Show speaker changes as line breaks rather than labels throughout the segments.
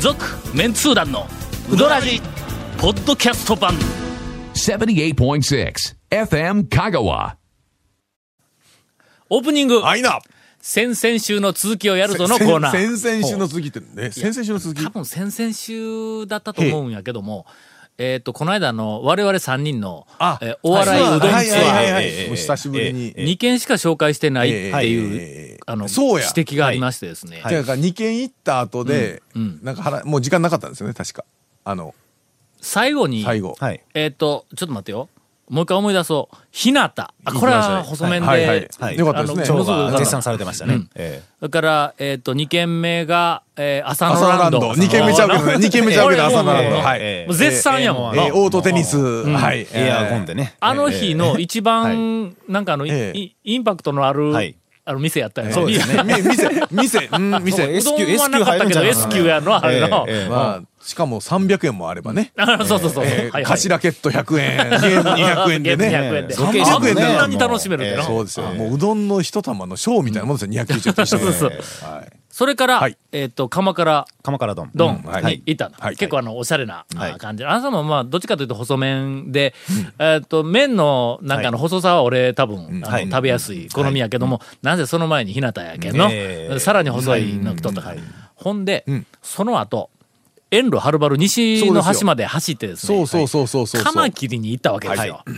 続メンツー団のウドラジポッドキャスト版
78.6 FM Kagawa.
オープニング
あいな。
先々週の続きをやるぞのコーナー
先先々週の続きって、ね、先々週の続き
多。分先々週だったと思うんやけども、えっ、と、この間の我々3人の、
あ
えーお笑いうどんツアー、
はいはいはいは
ええ
い。もう久しぶりに。
2件しか紹介してないっていう、
ええ
あの、
そう
指
や
摘がありましてですね。
ていうか二軒行った後で、なんか腹もう時間なかったんですよね確か。あの
最後に、
最後。
はい。
えっ、と、ちょっと待ってよ。もう一回思い出そう。ひなた。あ、これは細麺で、
はいはい
はい
よかったで
あ
す
の
ね
もの。
蝶
すごい
が絶賛されてましたね。え
それから、えっ、と、2軒目が、えー、朝
朝
の
のラ
ラン
ン
ド。
ド二軒目ちゃうけどね二軒目ちゃうけど朝のランド
もう
はい。
え
もう絶賛やもん
え
な。
ーオートテニスはい。
えエアーゴンでね。
あの日の一番、なんかあの、い
ええ
いインパクトのある、
はい
あの店やったよね。
そうですね。
み店店 うん
そう
店。
うどんはなかったけど、S 級やの、あれの。
ええええ
まあしかも三百円もあればね。
あそうそうそうそう。
え
はい
ー
は
菓
い
子ラケット100円、ゲーム200円で
ゲ
ね。
ーム200円で。
ロケーシ
あ
ョン
ん
ね
なに楽しめるってな。
そうですよ。もううどんの一玉の賞みたいなもんですよ、290と一緒
そう
で。
そう。
はい
それから、
はい
えっ、と、鎌倉
鎌倉丼。
丼
うんはい
に行ったの、
はい
結構あの、おしゃれな、あ
はい
感じ。あなたもまあ、どっちかというと細麺で、えっ、と、麺のなんかの細さは俺多分、あの
はい
食べやすい好みやけども、なぜその前に日向やけんの、
ねえ
さらに細いの来とったから。
はい
ほんで、
ん
その後、遠路はるばる西の端まで走ってですね。
そうそうそうそうそう。
カマキリに行ったわけですよ。
は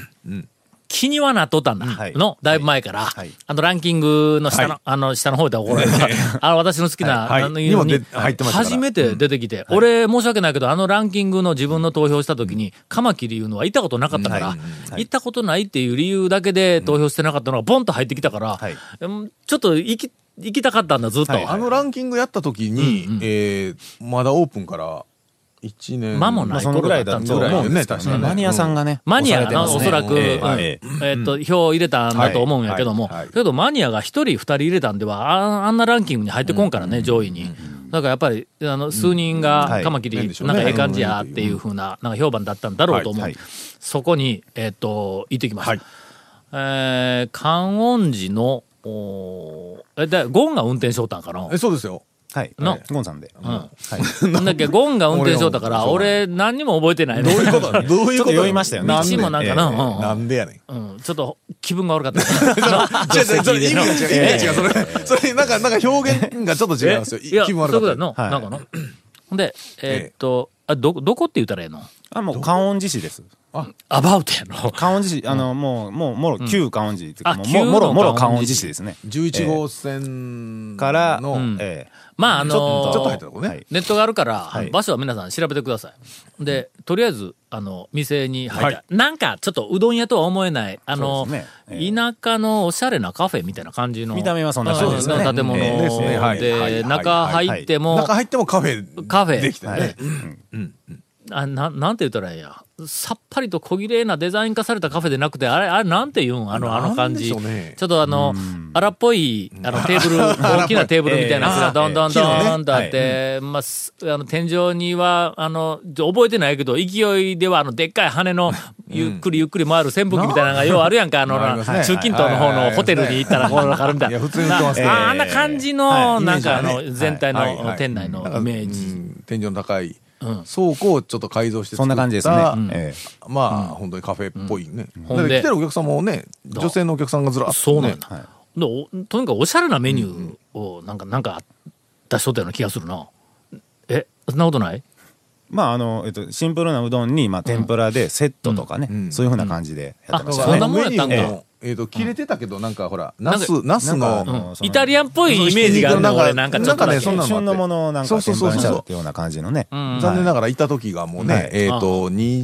気にはなっとったんだ。
はい
の、だいぶ前から、
はい
あの、ランキングの下の、
はい
あの、下の方で怒られた。あの、私の好きな、
はい
あの、いうの
にも
に
出、入ってましたから
初めて出てきて、俺、申し訳ないけど、あのランキングの自分の投票した時に、カマキリいうのは行ったことなかったから、
うんは
行
い
ったことないっていう理由だけで投票してなかったのが、ボンと入ってきたから、
はい
うんちょっと行き、行きたかったんだ、ずっと。
はい
あのランキングやった時に、えーまだオープンから1年。
間も
ま
な
あそのぐらいだと思うんですけど
ぐらいよね確かに
ね。マニアさんがね。
マニアやな、お
押
そ
さ
ら
れ
く、
てますねええ
うん
ええ
えっと、票を入れたんだと思うんやけども、
はいはいはい
けどマニアが1人、2人入れたんでは、ああんなランキングに入ってこんからね、上位に。だからやっぱり、あの、数人
うんは
が
い
カマキリ、
なんでしょう
な
ね
んかええ感じやっていうふうな、なんか評判だったんだろうと思う。
はいはい
そこに、えっと、行ってきました。
はい
えー観音寺の、おーえ、だ、ゴンが運転しとったんかな
え、そうですよ。
はい。
の
ゴンさんで。
ん
はい。
なんだっけ、ゴンが運転しとったから、俺、何にも覚えてないね。
どういうことどういうこと
ちょっと酔いましたよね
なん
道
で
もなんかな、
ええ
うんうん
なんでやねん。
うん、ちょっと気分が悪かっ た。
違う違う、それ意味が違う、意味が違う。それ、それ、なんか、なんか表現がちょっと違いますよ。
いや、
気分悪
そ
か
ういう
っ
ことや
た。
な、
はい
なんかの。ほんで、えーっと、あ、ど、どこって言ったらええの
あ、もう、観音寺市です。
アバウトやの。
観音寺市、あの、もう、もう、もろ、旧観音寺っていうか、
あ
もう
旧の
もろ、もろ
観
観
音寺
音寺市ですね。
11号線
から、
の、
ええ
まあ、あ
ちょっ
の
と、ちょっと入ったとこ
は
ね
い。
ネットがあるから、
はい
場所は皆さん調べてください。で、とりあえず、あの、店に入った。
は
なんか、ちょっとうどん屋とは思えない、あの、
そうですねええ
田舎のおしゃれなカフェみたいな感じの。
見た目はそんな感じですね
うん建物
ええ
ですねはい
で、
はい
中入っても、
中入ってもカフェ。
カフェ
できた
は
ね
い。。
あななんて言ったらいいんやさっぱりと小綺麗なデザイン化されたカフェでなくてあれあれなんて言うんあのあの感じ、
なんでしょうね
ちょっとあの荒っぽいあのテーブル 大きなテーブルみたいなやつが
荒
ど
っぽ
んどん
いええあー
どんとあっ
木の
て、まあすあの天井にはあのじゃ覚えてないけど勢いではあのでっかい羽のゆっくりゆっくり回る扇風機みたいなのがようあるやんかあの
ありますね
中近東の方のホテルに行ったらこうなるみたい
い
な
や、普通に売ってますね。
ああんな感じ
は
の
い
なんかあ
イメージは
の
ね
全体
はいは
の
い
店内のイメージ
うん天井の高い倉庫をちょっと改造して
そんな感じですね。
作った
ええ
まあ、本当にカフェっぽいね。
ほんで
だって来てるお客さんもね、女性のお客さんがずらっとね
そうなんだ。
はい
でおとにかくおしゃれなメニューをなんか、なんか出しとったような気がするな。え、そんなことない
まああのえっと、シンプルなうどんに、まあ、天ぷらでセットとかね、そういうふうな感じでやってました
そん
ね。
なもんやったんか
メニューもえっと、切れてたけど、なんかほら、ナス
な、
ナス
なんか
の、
うんその
イタリアンっぽいイメージがある
な
の
んか
俺なんかちょっとだ
なん
け
かねそんな
旬のものをなん
そう
か
そう
天ぷ
そう
ら
そう
にしちゃうっていうような感じのね。はい
残念ながらいた時がもう
はい
ね、えっと、2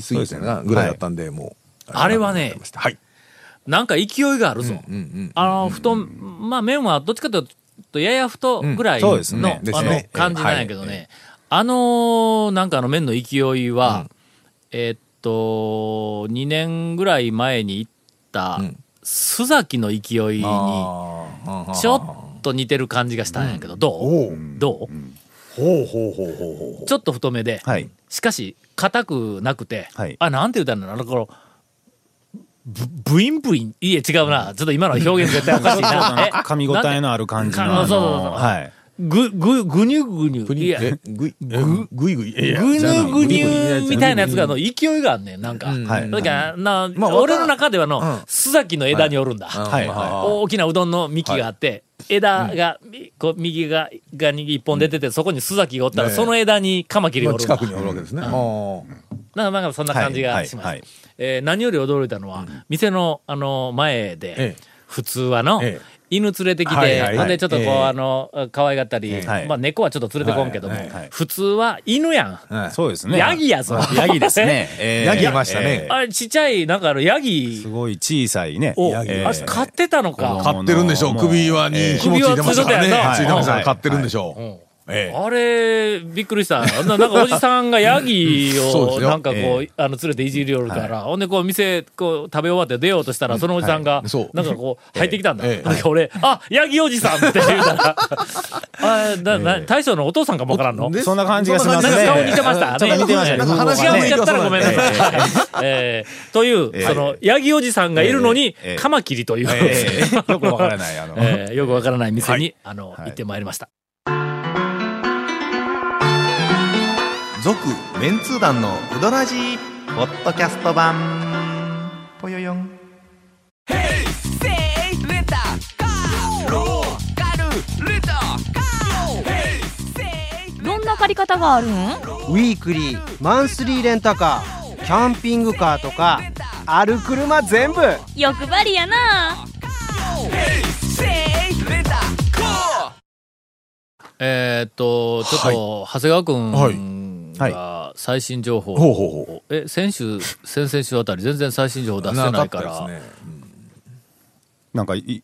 時過ぎて
そうです
な
ね
ぐらいだったんで、もう。
あれはね
はい。
なんか勢いがあるぞ。あの、太、まあ麺はどっちかというと、やや太ぐらいの、
うんそうですね
です
あの
ね
感じなんやけどね。あのーなんかあの麺の勢いは、えーっと、2年ぐらい前に行った、須崎の勢いに、
あー
ちょっと似てる感じがしたんやけど、どう
おう
どう、
ほうほうほうほうほうほう。
ちょっと太めで、
はい
しかし、硬くなくて、
はい
あ、なんて言うたんだろうな、この、ブブインブイン、いえ、違うな。ちょっと今の表現絶対おかしい
そうそう
な。
噛み応えのある感じの。
あの
あの
そうそうそう
はい。
ぐ、ぐ、ぐにゅぐにゅ。
グニ
いや、
えぐいえぐいぐいいや
ぐに
じゃあ
ゅ
な
ぐにゅみたいなやつが、あの、
グニ
勢いがあんねん、なんか。
うん
はい
だから、な、
まあ
俺の中ではの、
うん
須崎の枝におるんだ。
グニグニ
はい
うん
はい
大きなうどんの幹があって、枝が、みこう右が、がに一本出てて、そこに須崎がおったら、
ねえ
その枝にカマキリが
ま
おる
あ
んだ。
近くにおるわけですね。あー
なんか、なんかそんな感じがしました。
はいはいはい
えー何より驚いたのは、店の、あの、前で、
ええ
普通はの、
ええ
犬連れてきて、
はいはいはい
ほんでちょっとこう、
ええ
あの、可愛がったり、
はい
まあ猫はちょっと連れてこんけども、
はい
はい
普通は犬やん。
はい
そうですね。
ヤギやぞ
はいヤギですね。 えー
ヤギいましたね
えー
あれ、ちっちゃい、なんかあの、ヤギ
すごい小さいね。
を、
ヤギ
えー
あれ、買ってたのか。
買ってるんでしょう。
もう
首輪に紐ついてましたからね。
首輪
つ
つ
い
い
て
て
ま
ま
し
したた
から
ね
買ってるんでしょ
うん
う。ええ
あれ、びっくりした。あんななんかおじさんがヤギ
そうです
を、
よ
なんかこう、
え
あの、連れていじりよるから、ほんでこう、店、こう、食べ終わって出ようとしたら、そのおじさんが、
はいそう
なんかこう、入ってきたんだ。
ええ
なんか俺、あ、ヤギおじさんって言うから、あな、な、大将のお父さんかもわからんの
で
そんな感じがしま
な
す
ん
ね。
か顔似てました。
ちょっと似てましたね。
ね。
なんか話が
違
向
う
い
や
て
ったらごめんなさい。えーという、
ええ
その、ヤギおじさんがいるのに
ええ、
カマキリという、
えーよくわからない。あの、
えーよくわからない店に、あの、
はい
行ってまいりました。
続メンツー団のウドラジーポッドキャスト版ぽよよん
どんな借り方があるん
ウィークリーマンスリーレンタカーキャンピングカーとかある車全部
欲張りやな
えーっと、ちょっと、長谷川くん
はい
が最新情報を、
ほうほうほ
え、先週、先々週あたり全然最新情報出
う。
せない
か
か
っ
ら、
たですね。
なんか、い、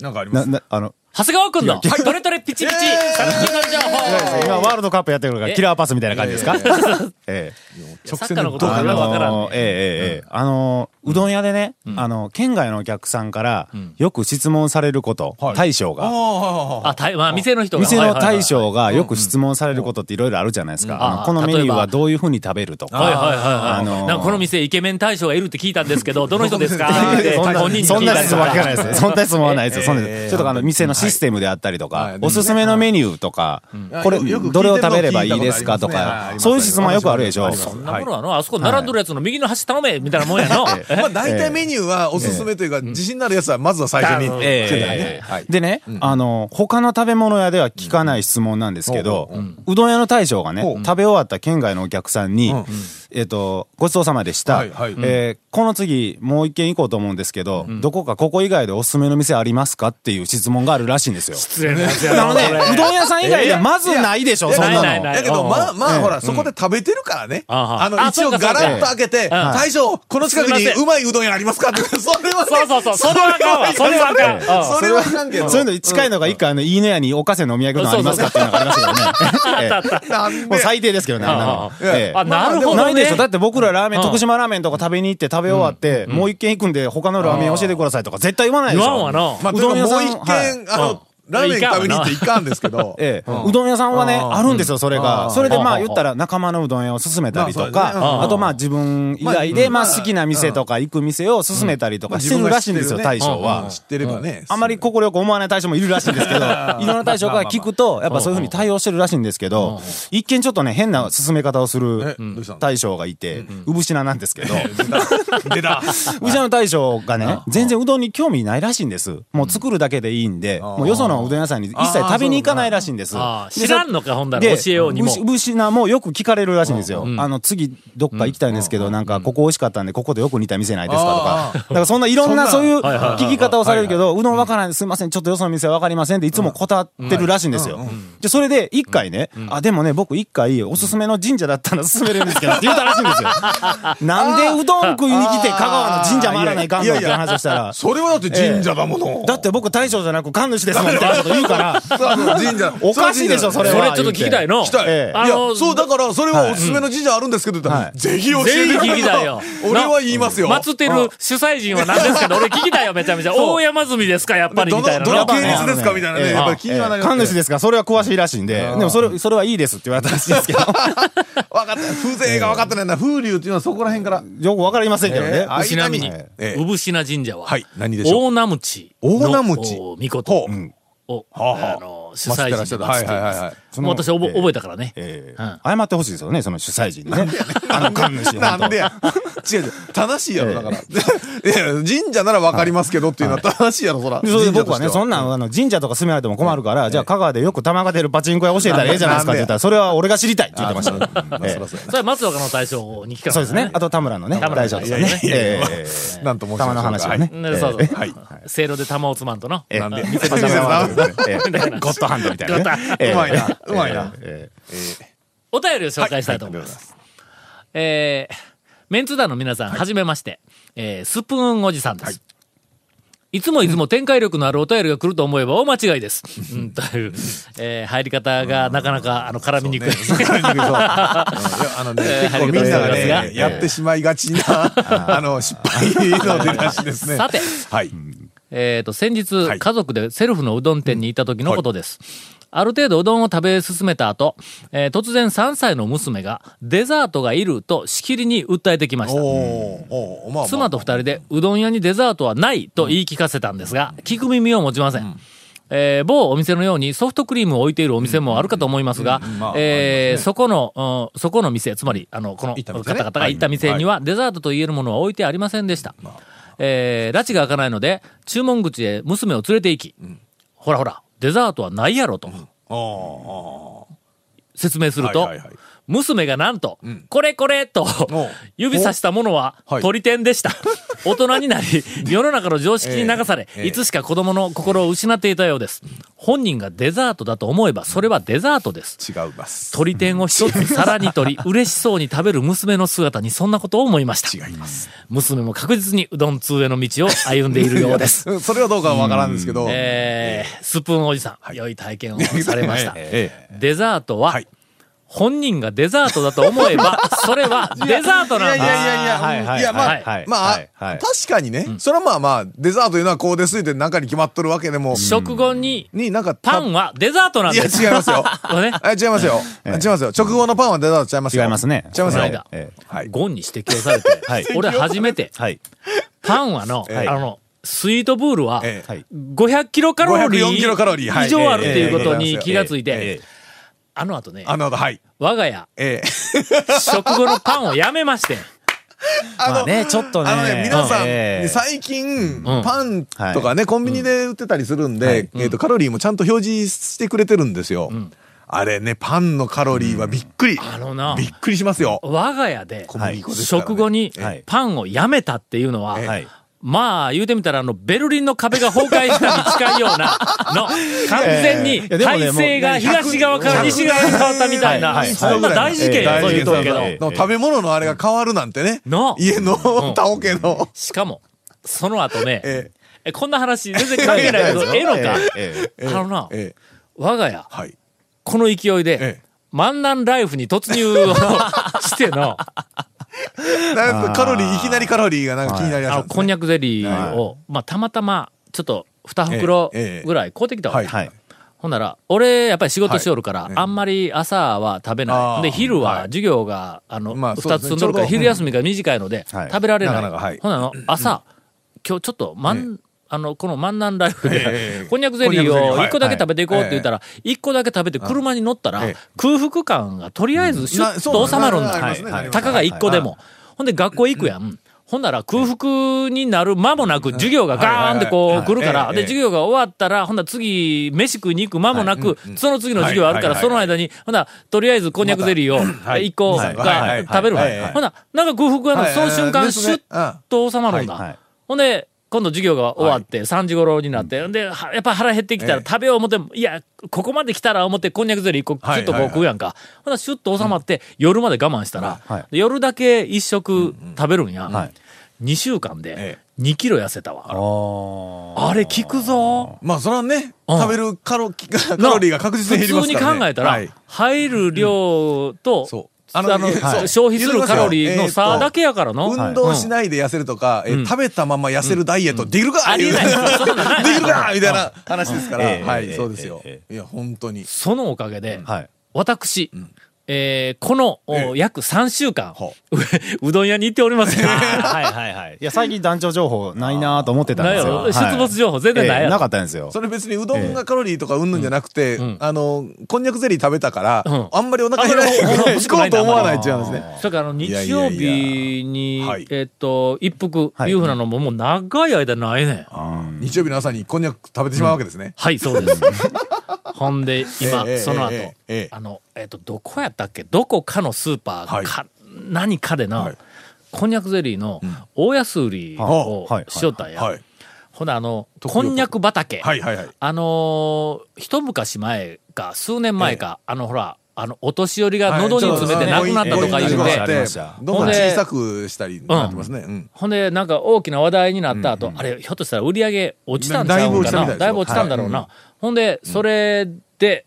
なんかありま
な、
す。
な、あの、
長谷川くんの、どれどれピチピチ、最新の情
今ワールドカップやってるから、キラーパスみたいな感じですか
いやいや
ええ。
報。サッ
線
カーの
の
こと
どう
は
あ
まだわからん
のー、ええ
ね。
ええええあのー、うどん屋でね、あの、県外のお客さんから、よく質問されること、
はい
大将
あ
が。
あああああ
あ、たいまあ、店の人が。
店
はい
の
はいはい
大。将がよく質問されることっていろいろあるじゃないです
うん
か。あ
あ
の
あ
このメニュー
例えば
はどういうふうに食べると
はい
か。
はいはいはい。
あのー
なんかこの店イケメン大将がいるって聞いたんですけ ど、どの人ですかって
そんな
本人に聞いた
そん
りと
な
か
質問は聞かないですね。そんな質問はないですよ。そんな
ええ
ちょっとあの、店のシステムであったりと
はいは
か
い、
おすすめのメニューとか
う、ん
これ、
よくよく聞いてるの
どれを食べればいいですかと
聞いたことあります
か
ねは、い
そういう質問はよくあるでしょ
あり。ます
そんなものはの、あそこ並んどるやつの右の端頼めみたいなもんやの。
まあ大体メニューはおすすめというか、自信のあるやつはまずは最初に
うん
来てた
え
ね。はい。
でね、あの、他の食べ物屋では聞かない質問なんですけど、うどん屋の大将がね、
ほう
食べ終わった県外のお客さんに、
うん
えっ、と、ごちそうさまでした。
はいはい
えーこの次、もう一軒行こうと思うんですけど、どこかここ以外でおすすめの店ありますかっていう質問があるらしいんですよ。
失礼なやつや
なので、
それ
うどん屋さん以外ではまずないでしょ、
え
そんなの。
ないないない
だけど、
うん
まあま
う
あ、
ん
ほら、そこで食べてるからね。
あは
あの、
あ
一
そ
応
うかそう
ガ
か
ラッと開けて、大将、この近く
すいま
に
せん
うまいうどん屋ありますかって、それは
そうそうそう、それはあかんわ、それはあかん。うん
それはあかんけど。
そういうの近いのが一回、あの、いいねやにおかせのお土産うどんありますかっていうのがありまし たけどね。ええ
なんで
もう最低ですけどね、あんなの
あ。
ええ
あ、なるほど、ね。
ないでしょだって僕らラーメン、
うん
徳島ラーメンとか食べに行って食べ終わって、もう一軒行くんで他のラーメン教えてくださいとか絶対言わないでしょ。
言わんわな
まあ、
う
う
ど
どん
ん屋
屋
さ
さ
ん
んもう一軒、あ
うん
の、ラーメン食べに行っていかんですけど。
ええうどん屋さんはね、あるんですよ、それが。それでまあ言ったら仲間のうどん屋を勧めたりと
まあそうですねう
か、
ん
あとまあ自分以外で、
ま
ま
あ
あ好きな店とか行く店を勧めたりとかしてるらしいんですよ、
自分
大
が知ってるね
将
うん。知ってれば
は
ね。
あまり快く思わない大将もいるらしいんですけ ど、いろんな大将から聞くと、やっぱそういうふうに対応してるらしいんですけど、一見ちょっとね、変な進め方をする
えどうしたの
大将がいて、うぶしななんですけど、
出た。
うちの大将がね、全然うどんに興味ないらしいんです。もう作るだけでいいんで、もうよそのうどん屋さんに一切食べに行かないらしいんです
あ。
で
知らんのか、ほんだら、教えようにも。
ぶしぶしなもよく聞かれるらしいんですよ。あの、次、どっか行きたいんですけど、なんか、ここ美味しかったんで、ここでよく似た店ないですかとか。だから、そんないろんな
そ
そ
ん
う
な
いう聞き方をされるけど、うどんわからないですいません、ちょっとよその店わかりませんって、いつも断ってるらしいんですよ。で、それで、一回ね、あ、でもね、僕一回、おすすめの神社だったら勧めれるんです けど、って言ったらしいんですよ。なんでうどん食いに来て、香川の神社回らないかんのって話をしたら、
それはだって神社だもの。
だって僕大将じゃなく神主ですもんみたいなこと言うから、
そうそう神社。
おかしいでしょ、それ
それ
は。
ちょっと聞きたいの。
来たい。
ええ
あ
い
の
や、そう、だから、それはおすすめの神社あるんですけど、って言ったら
はい
ぜひ教えてく
ぜひ聞
れ
きたいよ
俺は言いますよ。
祀ってる主催人は何ですかど俺聞きたいよ、めちゃめちゃ。大山積みですか、やっぱり、
ど
み
の、
たい
ど
なの。
の系列ですかみたいな
え
ね。
え
やっぱり気にはなりますね
神主ですから、それは詳しいらしいんで、でもそれ、それはいいですって言われたらしいんですけど、
分かった。風情が分かってないな。風流っていうのはそこら辺から。
よくわかりませんけど
え
ね
え。あ
ちなみに
え、
ええ
産品神社は、
はい何でしょう
大名持ち。
大名持ち
みこ
ほ
と
う。
を、
はあはあ
あの、主催
らっし
人
ゃった。
が
は
つ
い
って
はいはいはい。
そ
も
の
う私覚
えー
覚えたからね。
ええ
うん
謝ってほしいですよね、その主催人にね。あの神主、
な
本
ん
当
でや。違う違う。正しいやろ、だから。 いや、神社ならわかりますけどっていうのは正しいやろ、そら。
それで
神社
僕
と
は
して
ね、そんなん、あの、神社とか住められても困るから、じゃあ、香川でよく玉が出るパチンコ屋教えたらええじゃないですかって言ったら、それは俺が知りたいって言ってました。
あまあそらそうや
それは松岡の大将に聞か
そうですね。あと、田村のね、
田村
大将ですよね。
いやいやいや
ええ
ななんと申しま
玉
し
の
た
話をね。
ねそうそう。
はい。
せいろで玉をつまんとな。
ええ
なんで
見せて玉はええゴッドハンドみたいな
ゴッ
ね
ドハン。
ええ
うまいな。うまいな。
ええ
お便りを紹介したいと思います。えーメンツ団の皆さん、はじめまして。えースプーンおじさんです。いつもいつも展開力のあるお便りが来ると思えば大間違いです。うん、という、えー入り方がなかなか、あの、絡みにくい。
いやあのね、
えー
結構みんなが
ありがとうございま
ね、
す
やってしまいがちな、あの、失敗の出だしですね。
さて
はい。
えっ、と、先日、
はい
家族でセルフのうどん店に行った時のことです。ある程度うどんを食べ進めた後、えー突然3歳の娘が、デザートがいるとしきりに訴えてきまし
お
た。
ーおーまあまあ
妻と二人で、うどん屋にデザートはないと言い聞かせたんですが、聞く耳を持ちません。えー某お店のようにソフトクリームを置いているお店もあるかと思いますが
まあ、
えーそこの、うんそこの店、つまり、あの、この
行った
方
店
々
ね
が行った店には、デザートと言えるものは置いてありませんでした。えー、拉致が開かないので、注文口へ娘を連れて行き、ほらほら、デザートはないやろと
お
説明する
は
と
いはいはい、
娘がなんと、これこれと
お、
指さしたものは
はい
鳥天で した。大人になり、世の中の常識に流され
え、え
いつしか子供の心を失っていたようです。本人がデザートだと思えば、それはデザートです。
ー違います。
鳥天を一つ皿に取り、嬉しそうに食べる娘の姿にそんなことを思いました。
違います。
娘も確実にうどん通への道を歩んでいるようです。
うん。それはどうかはわからんですけど。。
えースプーンおじさん、良い体験をされました
ええ
デザートは、
はい
本人がデザートだと思え ば、それはデザートなん
いやい
だ。
やいや、
はいはい
いや、まあ、
はい
まあ、
はいはい
確かにね、それはまあまあ、デザートというのはこうですって中に決まっとるわけでも、
食後に、
になんか、
パンはデザートなん
いや、
です。
違いますよ。
こ れね、
あ違いますよ。違いますよ。直後のパンはデザートちゃいますよ。
違いますね。
違いますよ。
この間
ええ
はい。
ゴンに指摘をされ て、
はい
俺初めて、
はい。
パンはの、
ええ
あの、スイートブールは、
ええ
はい。
500キロカロリー
504キロカロリーはい
以上あるということ
えええ
に
え
気がつい
え
て
え、
あの後ね、
あの、はい。
我が家、
ええ。
食後のパンをやめまして、
まあね、ちょっと ね。
あのね、皆さん、
ええ
最近、
ん
パンとかね、コンビニで売ってたりするんで、えっ、と、カロリーもちゃんと表示してくれてるんですよ。あれね、パンのカロリーはびっくり。
あのな
びっくりしますよ。
我が家で、
小麦粉ですからね
食後に
はい
パンをやめたっていうのは、
え
はい。
まあ、言うてみたら、あの、ベルリンの壁が崩壊したに近いような、の、完全に、
いやでもね
体制が東側から西側に変わったみたいな、
はいはい
そんな大事件や、
はい
そういうとこやけど。
ええ
の食べ物のあれが変わるなんてね。
な
家の、タオケの。
しかも、その後ね、
え
えこんな話、全然関係ないけど、ええのか、
え
えええ
あのな
ええ
我が家、
はい。
この勢いで、
ええ
万難ライフに突入を しての、
なんかカロリー、いきなりカロリーがなんか気になりま
あ
した
の、
んです
こん
ね、
にゃくゼリーを、まあ、たまたま、ちょっと、二袋
ええええ
ぐらい買うてきたわけ。
はい
えはい。
ほんなら、俺、やっぱり仕事しおるから、あんまり朝は食べな
あ
い。
ー
で、昼は
はい
授業が、あの、
まあそう
二
で
つ
すね
積んどるから、
ちょうど
昼休みが短いので、
はい
食べられない。
なかなかはい
ほんなら、朝、今日ちょっと、まん、あの、この万南ライフ
え
で、
え
こんにゃくゼリー
こんにゃくゼリー
を
はい
一個だけ食べていこうって言ったら、一個だけ食べて車に乗ったら
ええ、
空腹感がとりあえずシュ
な
ッ
そう
と
なんです
収まるんだ。
なり
は
ま
い
すね
は
なり
い
ます
たかが一個でも。ほんで、学校行くやん。ほんなら空腹になる間もなく授業がガーンってこう来るか
はいはいは
ら、
い
で、
ええ
授業が終わったら、ほんなら次、飯食いに行く間もなく、その次の授業あるから、
はいはいはい
その間に、ほんならとりあえずこんにゃくゼリーを1個
はいは
が
い
食べるわ
はいはい
ほんなら、なんか空腹がな
は
る
い
その瞬
は
間、
い
シュッと収まるん
はいはい
だ。ほんで、今度授業が終わって、3時頃になって、で、はやっぱ腹減ってきたら
ええ
食べよう思っても、いや、ここまで来たら思って、こんにゃくゼリー1個、
は
シ
い
ュッとこう食うやんか。ほんならシュッと収まって、夜まで我慢したら
はい、
で夜だけ一食食べるんや
はい。
2週間で
え
2キロ痩せたわ。
あ
あれ効くぞ。
まあ、それはね、
うん
食べるカロカロリーが確実に減りますか
普通
ら、ね。
に考えたら、
はい
入る量と、
そう
あ
あ
の
のはい
消費するカロリーの差だけやからの。
運動しないで痩せるとか、えー食べたまま痩せるダイエット、できるか
ありえない
で
そんなのない
きるかみたいな話ですから、
ええ
は
え
い、
え
そうですよ
え。
いや、本当に。
そのおかげで、
はい。
私、えーこの、お
ええ
約3週間
ほ、
うどん屋に行っておりま せん。
はいはいはい。いや、最近団長情報ないなと思ってたん
な
で
いや
すよ。は
ろ
い
出没情報全然ない
ええ
や
な
ろ。
かったんですよ。
それ別にうどんがカロリーとかうんぬんじゃなくて、あの、こんにゃくゼリー食べたから、
うん
あんまりお腹減ら ない
あんまり欲し
聞
くな
こ
いうな
と思わないっていう話ね。
それからあの日
いやいや
曜
いや
日に
はい、
えっと、一服、
はい
いうふうなのももう長い間ないねん。
日曜日の朝にこんにゃく食べてしまうわけですね。
はい、そうです。 ほんで、今、
ええ
その後、
ええええ
あの、えっ、と、どこやったっけどこかのスーパーか、
はい
何かでな、
はい
こんにゃくゼリーの大安売りを
あはい
しよったんや。
はい。
ほな、あの、
特
こ
許
んにゃく畑。
はいはいはい。
あのー一昔前か、数年前か、あの、ほら、あの、お年寄りが喉に詰めて
な
亡くなったとか言うて、
そうですね
て、どんどん小さくしたりなってますね。うん。
ほんで、なんか大きな話題になった後、あれ、ひょっとしたら売り上げ落ちたんちゃう
だいぶ
ん
落
か
ちたみ
な。
たいですよ
だいぶ落ちたんだろうな。ほんで、それで、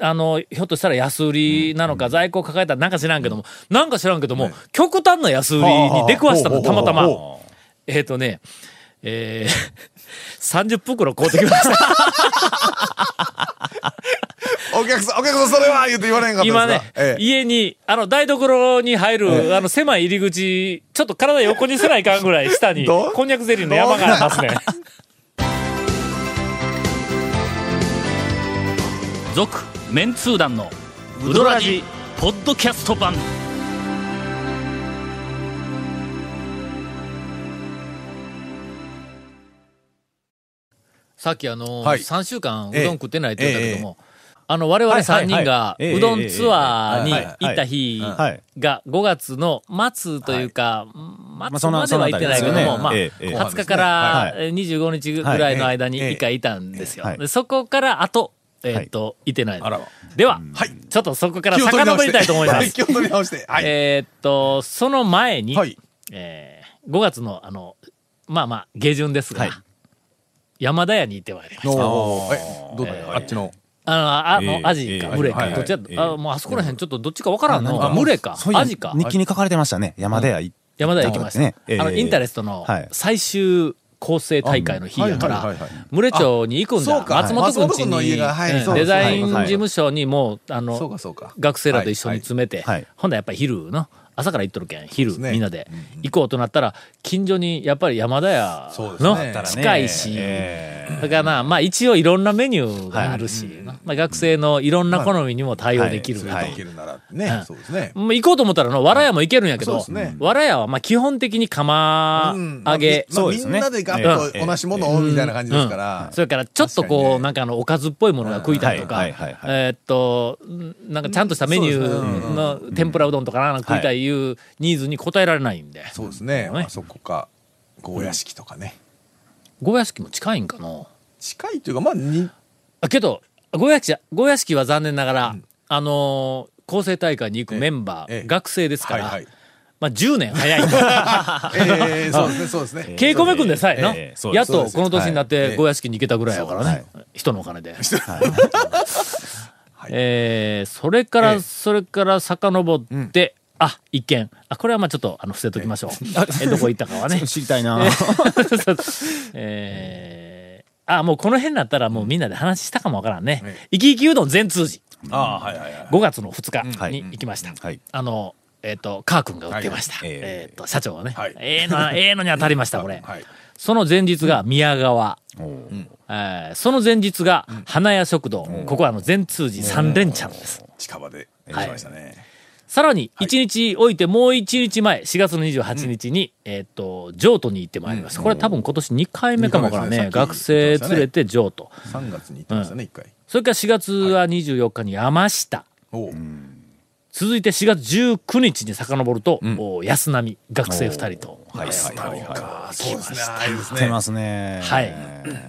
あの、ひょっとしたら安売りなのか、在庫抱えたらなんか知らんけども、なんか知らんけども、極端な安売りに出くわしたの、
はあ
たまたま
ほうほう。
えっ、とね、え ー、30袋買うてきました。
お客さん、お客さんそれは言って言われへんかった
今
で
ね
すか、ええ
家に、あの、台所に入る、あの、狭い入り口、ちょっと体横にせないかんぐらい下に、
どう
こんにゃくゼリーの山がありますね。 続、メンツー団の、ウドラジ、ポッドキャスト版。さっきあの、
はい
3週間う
ええ
どん食ってないって言ったけども、あの、我々3人が、
はいはいはいう
どんツアーに
ええええええ
行った日
はい
が5月の末というか、
あ
末
そ
ま
の
では行ってないけど
その
も、
辺
まあ、
りですよねええええ
20日から
は
えー25日ぐらいの間に1回いたんですよ
えええ。え
でそこからあと、えーっと、いてない
あらま。
では、
はい。
ちょっとそこから
気を取り直
遡
して
りたいと思います。
気を取り直して。はい。
えーっと、その前に、
はい
えー5月の、あの、まあまあ、下旬ですが、山田屋に行ってまいりました。
の、え、どうだあっちの。
あの、あ
え
の、
え
アジか、
ええ
群れか、
はい
どっちや
ええ
あもうあそこら辺ちょっとどっちかわからんの
あ
か、群れか
そう、いや
アジか、
日記に書かれてましたね。山田屋行っ
山田屋行きました。
ねええ
あの、インタレストの
はい
最終構成大会の日やか
あはい
ら
はいはいはい、
群れ町に行くん
あ
だ
そう。か
松本くんち
松本君の
に、
家がはい
うん
そう
デ
です
ザイン
は
事
い
務所にもう、あの、
そうか。
学生らと一緒に詰めて、
はいはい
ほんだらやっぱり昼の朝から行っとるけん昼、
すね
みんなで行こうとなったら近所にやっぱり山田屋
そうですね
の
だったら
ね
近いし、
え
だからなまあ一応いろんなメニューがあるし、まあ、学生のいろんな好みにも対応できるなと、
できるならね、そうですね。
もう行こうと思ったらの、わらやも行けるんやけど、
そうですね
わらやはまあ基本的に釜揚げ、
そうですね。みんなでガッと同じものをみたいな感じですから。
それからちょっとこう、
確かにね
なんかあのおかずっぽいものが食いたいとか、
は
え
いはいはいはい
ーっと、んなんかちゃんとしたメニューの天ぷらうどんとかなんか食いたいいうニーズに応えられないんで。
そうですね。あそこか、ゴーヤ式とかね。
ゴーヤ式も近いんかな
近いというか、まあ、に、
あけど、ゴーヤ式は、ゴーヤ式は残念ながら、あのー、構成大会に行くメンバー、
ええええ
学生ですか
はい
ら、
はい。
まあ10年早い。
ええ、そうですね、そうですね。
稽古めくんでさえな、
ええそうで
やっ
す
とこの年になっ
はいえ
て
え
ゴーヤ式に行けたぐらいやからね、人のお金で。
はい
えーそれから、
ええ
それから遡って、あ、一見。あ、これはまあちょっと、あの、伏せときましょう。えどこ行ったかはね
て。。知りたいな
え えーあ、もうこの辺だったらもうみんなで話したかもわからんね。生き生きうどん全通じ。
ああ、はいはいはい。
5月の2日
はい
に行きました。
はい
あの、えっ、と、カー君が売ってました。
はい
えっ、と、社長がね。
はい
ええ の、ええのに当たりました、これ。
はい。
その前日が宮川。えーその前日が花屋食堂。ここはあの全通じ3連チャンです。
近場でやりましたね。
さらに、1日置いてもう1日前、4月の28日に、えっと、譲渡に行ってまいりました。これ多分今年2回目かもわからんね。
二回目
学
ですね
生
さっき言っ
連れて
てましたね
譲渡。
3月に行ってましたね、一回。
それから4月は24日に山下。
おう
続いて4月19日に遡ると、お安波、学生2人と。はい
はいはい。そうですね、あれです
出
ね。
ますね。
はい。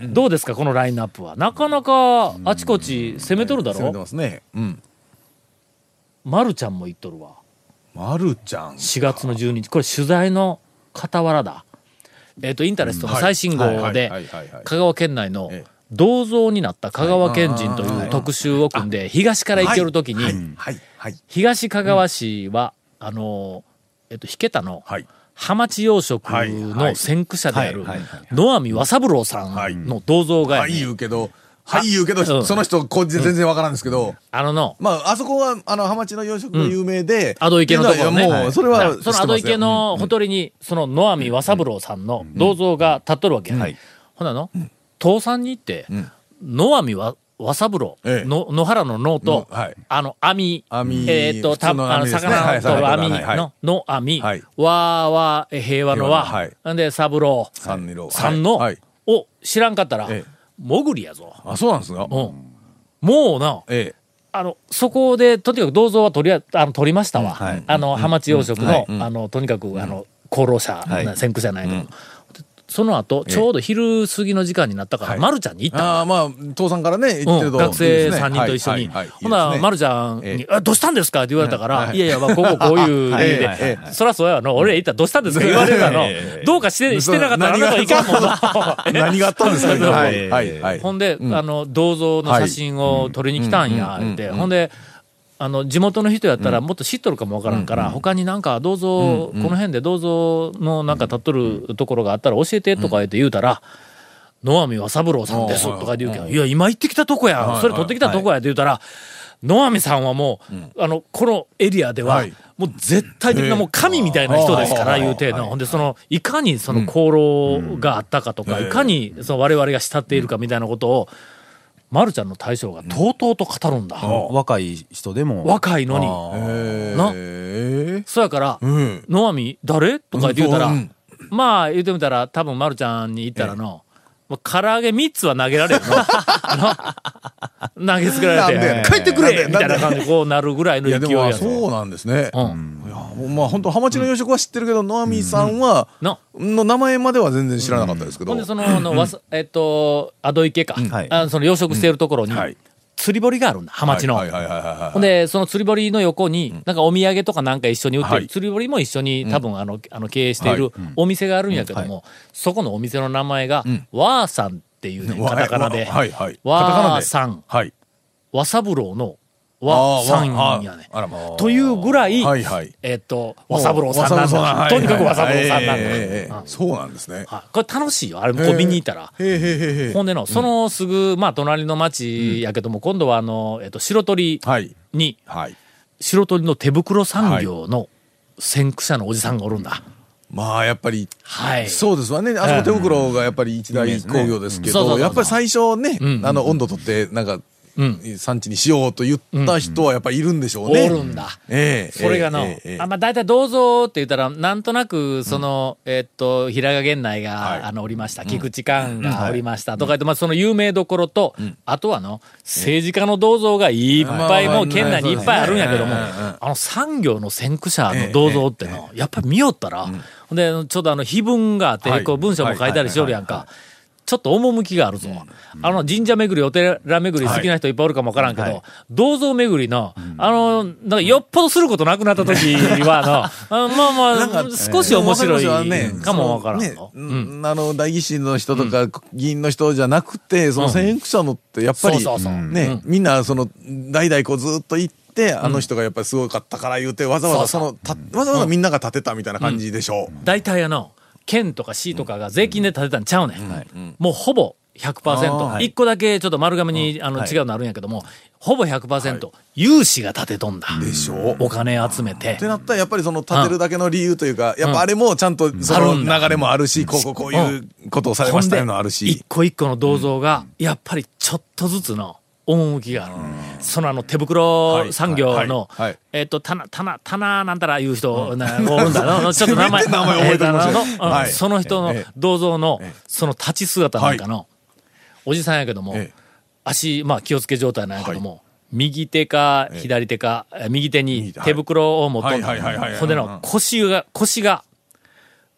どうですか、このラインナップは。なかなか、あちこち攻めとるだ
攻め
ろ
てますね。うん。
まるちゃんも言っとるわ。
まるちゃん。
4月の12日。これ取材の傍らだ。えっ、と、インタレストの最新号で
はいはいはいはいはい、
香川県内の
ええ
銅像になった香川県人という特集を組んで、東から行けるとき
はい
に、
はいはい
東香川市は、あのー、えっ、と、引けたの、
はい
ハマチ養殖
はいは
の
い
先駆者である
はいはいはい、
野網和三郎さんの銅像がや
は
ね
い言うけどはい、言うけど、
うん
その人、こっち全然わからんですけど、
あのの、
まあ、あそこは、あの、ハマチの洋食が有名で、
アド池のところね。
いやもう、それ
だか
は
ら、そのアド池のほとりに、その野網和三郎さんの銅像が立っとるわけや。
はい
ほなの、父さんに行って、
ん
野網和和三郎、
ええ
の野原の野と、
のはい
あの網、
網
えーっと、た
普通の
あの
網ですね
魚とる
はい
網
はいはい
の、の網、
はい
和は平和の和、
平和の
なんで三郎、
三郎
さんの、
はいはい
を知らんかったら、
ええ
潜りやぞ。
あ、そうなんです
う
か
ん。もうな、
ええ。
あの、そこで、とにかく銅像は取りあ、あの、取りましたわ。あの、ハマチ養殖の、あの、とにかく、あの、功労者、な先駆者ないけど。でその後、ちょうど昼過ぎの時間になったから、
はい
まるちゃんに行ったの。
ああ、まあ、父さんからね、言って
うん、
ると、
学生3人と一緒に。ほな、まる
ち
ちゃん
え
に
え、
あどうしたんですかって言われたから、、
はいい
やいや、まあ、こここう いう理由で、
はいはいはい
そらそうやの、俺ら行ったらどうしたんですか言われた の、どうかして、してなかったらあなたはいかんもん な。
ゃん。何があったんで すか
そう
はい、はい、はい。
ほんで、あの銅像の写真を撮りに来たんや、
はいうん
って、
うん
ほんであの地元の人やったらもっと知っとるかもわからんから、他になんか銅像、この辺で銅像のなんか立っとるところがあったら教えてとか言って言うたら「野上和三郎さんです」とか言うけど「いや今行ってきたとこや、
はい
それ取ってきたとこや」って言うたら。野上さんはもう、あの、このエリアでは、
はい
もう絶対的なもう神みたいな人ですから、言うての。ほんで、その、いかにその功労があったかとか、
うん
いかにその我々が慕っているかみたいなことを、まるちゃんの大将がとうとうと語るんだ。
若い人でも。
若いのに。
え
な
え。
そやから、
うん。
野上誰とか言うたら、
うん
まあ言うてみたら多分丸ちゃんに言ったらの、もう唐揚げ3つは投げられ るのあの投げつけられ
なんでやね
て
ん帰ってくれ
みたいな感じでこうなるぐらいの
い
勢
や、
い
でも、
や
あ
ぞ
そうなんですね。
うん、
いや、もうまあ、本当ハマチの洋食は知ってるけど、ノアミさんは、
な
の名前までは全然知らなかったですけど。
ほんでそのあのわさえっとアド池か、
はい
あのその養殖しているところに、
うんはい
釣り堀があるんだハマチの、
はいはいはいはいはいはい。
ほんで、その釣り堀の横に、なんかお土産とかなんか一緒に売ってる、
はい
釣り堀も一緒に多分あの、あの経営しているお店があるんやけども、そこのお店の名前が、ワーさんっていうね、
わ
カタカナで。
はいはい。
わー
カタカナで
さん
はい。
和三郎の和さんやね
あ。ーわああらまあ
というぐらい、
はいはい
えっ、と、和三郎さんなんだ。
はい
とにかく和三郎さんなんだ。
ええええええ
うん
そうなんですね。
はいこれ楽しいよ、あれ、こう見に行ったら。
へえへえへえ。
ほんでの、そのすぐ、まあ、隣の町やけども、今度は、あの、えっ、と、白鳥
はい。
に、
はい。
白鳥の手袋産業の先駆者のおじさんがおるんだ。
まあやっぱり、
はい。
そうですわね。あそこ手袋がやっぱり一大工業ですけ
うんそうそうそうそ
ど、
う
やっぱり最初ね
う、ん
あの温度取って、なんか
うん、
産地にしようと言った人はやっぱりいるんでしょう
お
ね。
るんだ。
ええ。
それがの、
ええええ
あまあ大体どうぞって言ったら、なんとなく、その、えっと、平賀源内が、
はい
あの、おりました、菊池寛がおりました、とか言って、まあその有名どころと、あとはの、政治家の銅像がいっぱい、
はい
もう県内にいっぱいあるんやけども、
はいはいはい
あの産業の先駆者の銅像っての、やっぱり見よったら、ほんで、ちょっとあの、碑文があって、
はい
こう文章も書いたりしよるやんか。ちょっと趣があるぞ。あの、神社巡り、お寺巡り好きな人いっぱいおるかもわからんけど、銅像巡りの、あの、なんかよっぽどすることなくなった時は、あ の、あまあまあ、少し面白いかもわからん
ね
の。
うんあの大議士の人とか議員の人じゃなくてその先駆者のってやっぱり
そうそうそう
ねみんなその代々こうずっと行ってあの人がやっぱりすごかったから言うてわざわざそのたわざわざみんなが建てたみたいな感じでしょう。
大体あの、県とか市とかが税金で建てたんちゃうねん。もうほぼ
あ
100%。
ー
一個だけちょっと丸亀に、あの、違うのあるんやけども、ほぼ100%、融資が建てとんだ。
でしょう。
お金集めて
って。なったらやっぱりその建てるだけの理由というか、やっぱあれもちゃんとそ
あ
の
るんだ
流れもあるし、こうこうこういうことをされましたよのある
ほんで
し
一。個一個の銅像が、やっぱりちょっとずつの趣がある。そのあの手袋産業の、
はいはいはい
えっ、と、たな、たな、たななんたらいう人、なおるんだ なちょっと名前、
せめて名前覚えてません
えーとあの
はい
うんその人の
ええ
銅像の、その立ち姿なんかの、おじさんやけども、
ええ
足、まあ気をつけ状態なんやけども、右手か左手か、え右手に
右手はい
手袋を持っとんだ
はいはいはいはいはい
ほんで
うんう
の
ん
腰が、腰が、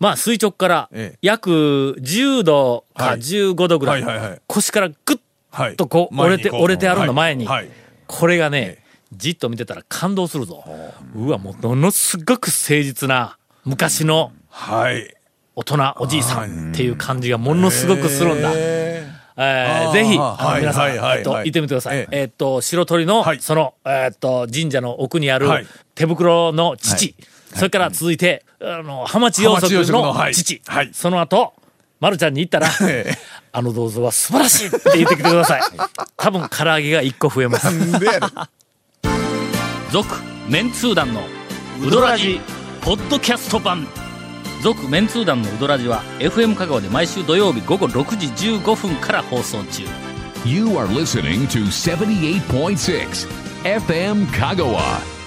まあ垂直から
ええ
約10度か
はい
15度ぐらい、
はいはいはい
腰からグッ
はい
とこう
前に
折れて、折れてあるの前に、
はいはい
これがね
え、
じっと見てたら感動するぞ。うわ、もうものすごく誠実な昔の
はい。
大人、おじいさんっていう感じがものすごくするんだ。
へー
えー
あー
ぜひ、
はい
あの皆さん、
はいはい
えっと、
はい
行ってみてください。
ええ
えっと、白鳥の、
はい
その、えっと、神社の奥にある
はい
手袋の父、それから続いて、あの、浜地洋
浜地洋
食
食の
の
はい
父、
はい
その後、まるちゃんに行ったら
ええ、
あの銅像は素晴らしいって言ってきてくだ さい。多分唐揚げが一個増えます。
んでやねん
続メンツー団のウドラジポッドキャスト版続メンツー団のウドラジは FM 香川で毎週土曜日午後6時15分から放送中
You are listening to 78.6 FM Kagawa.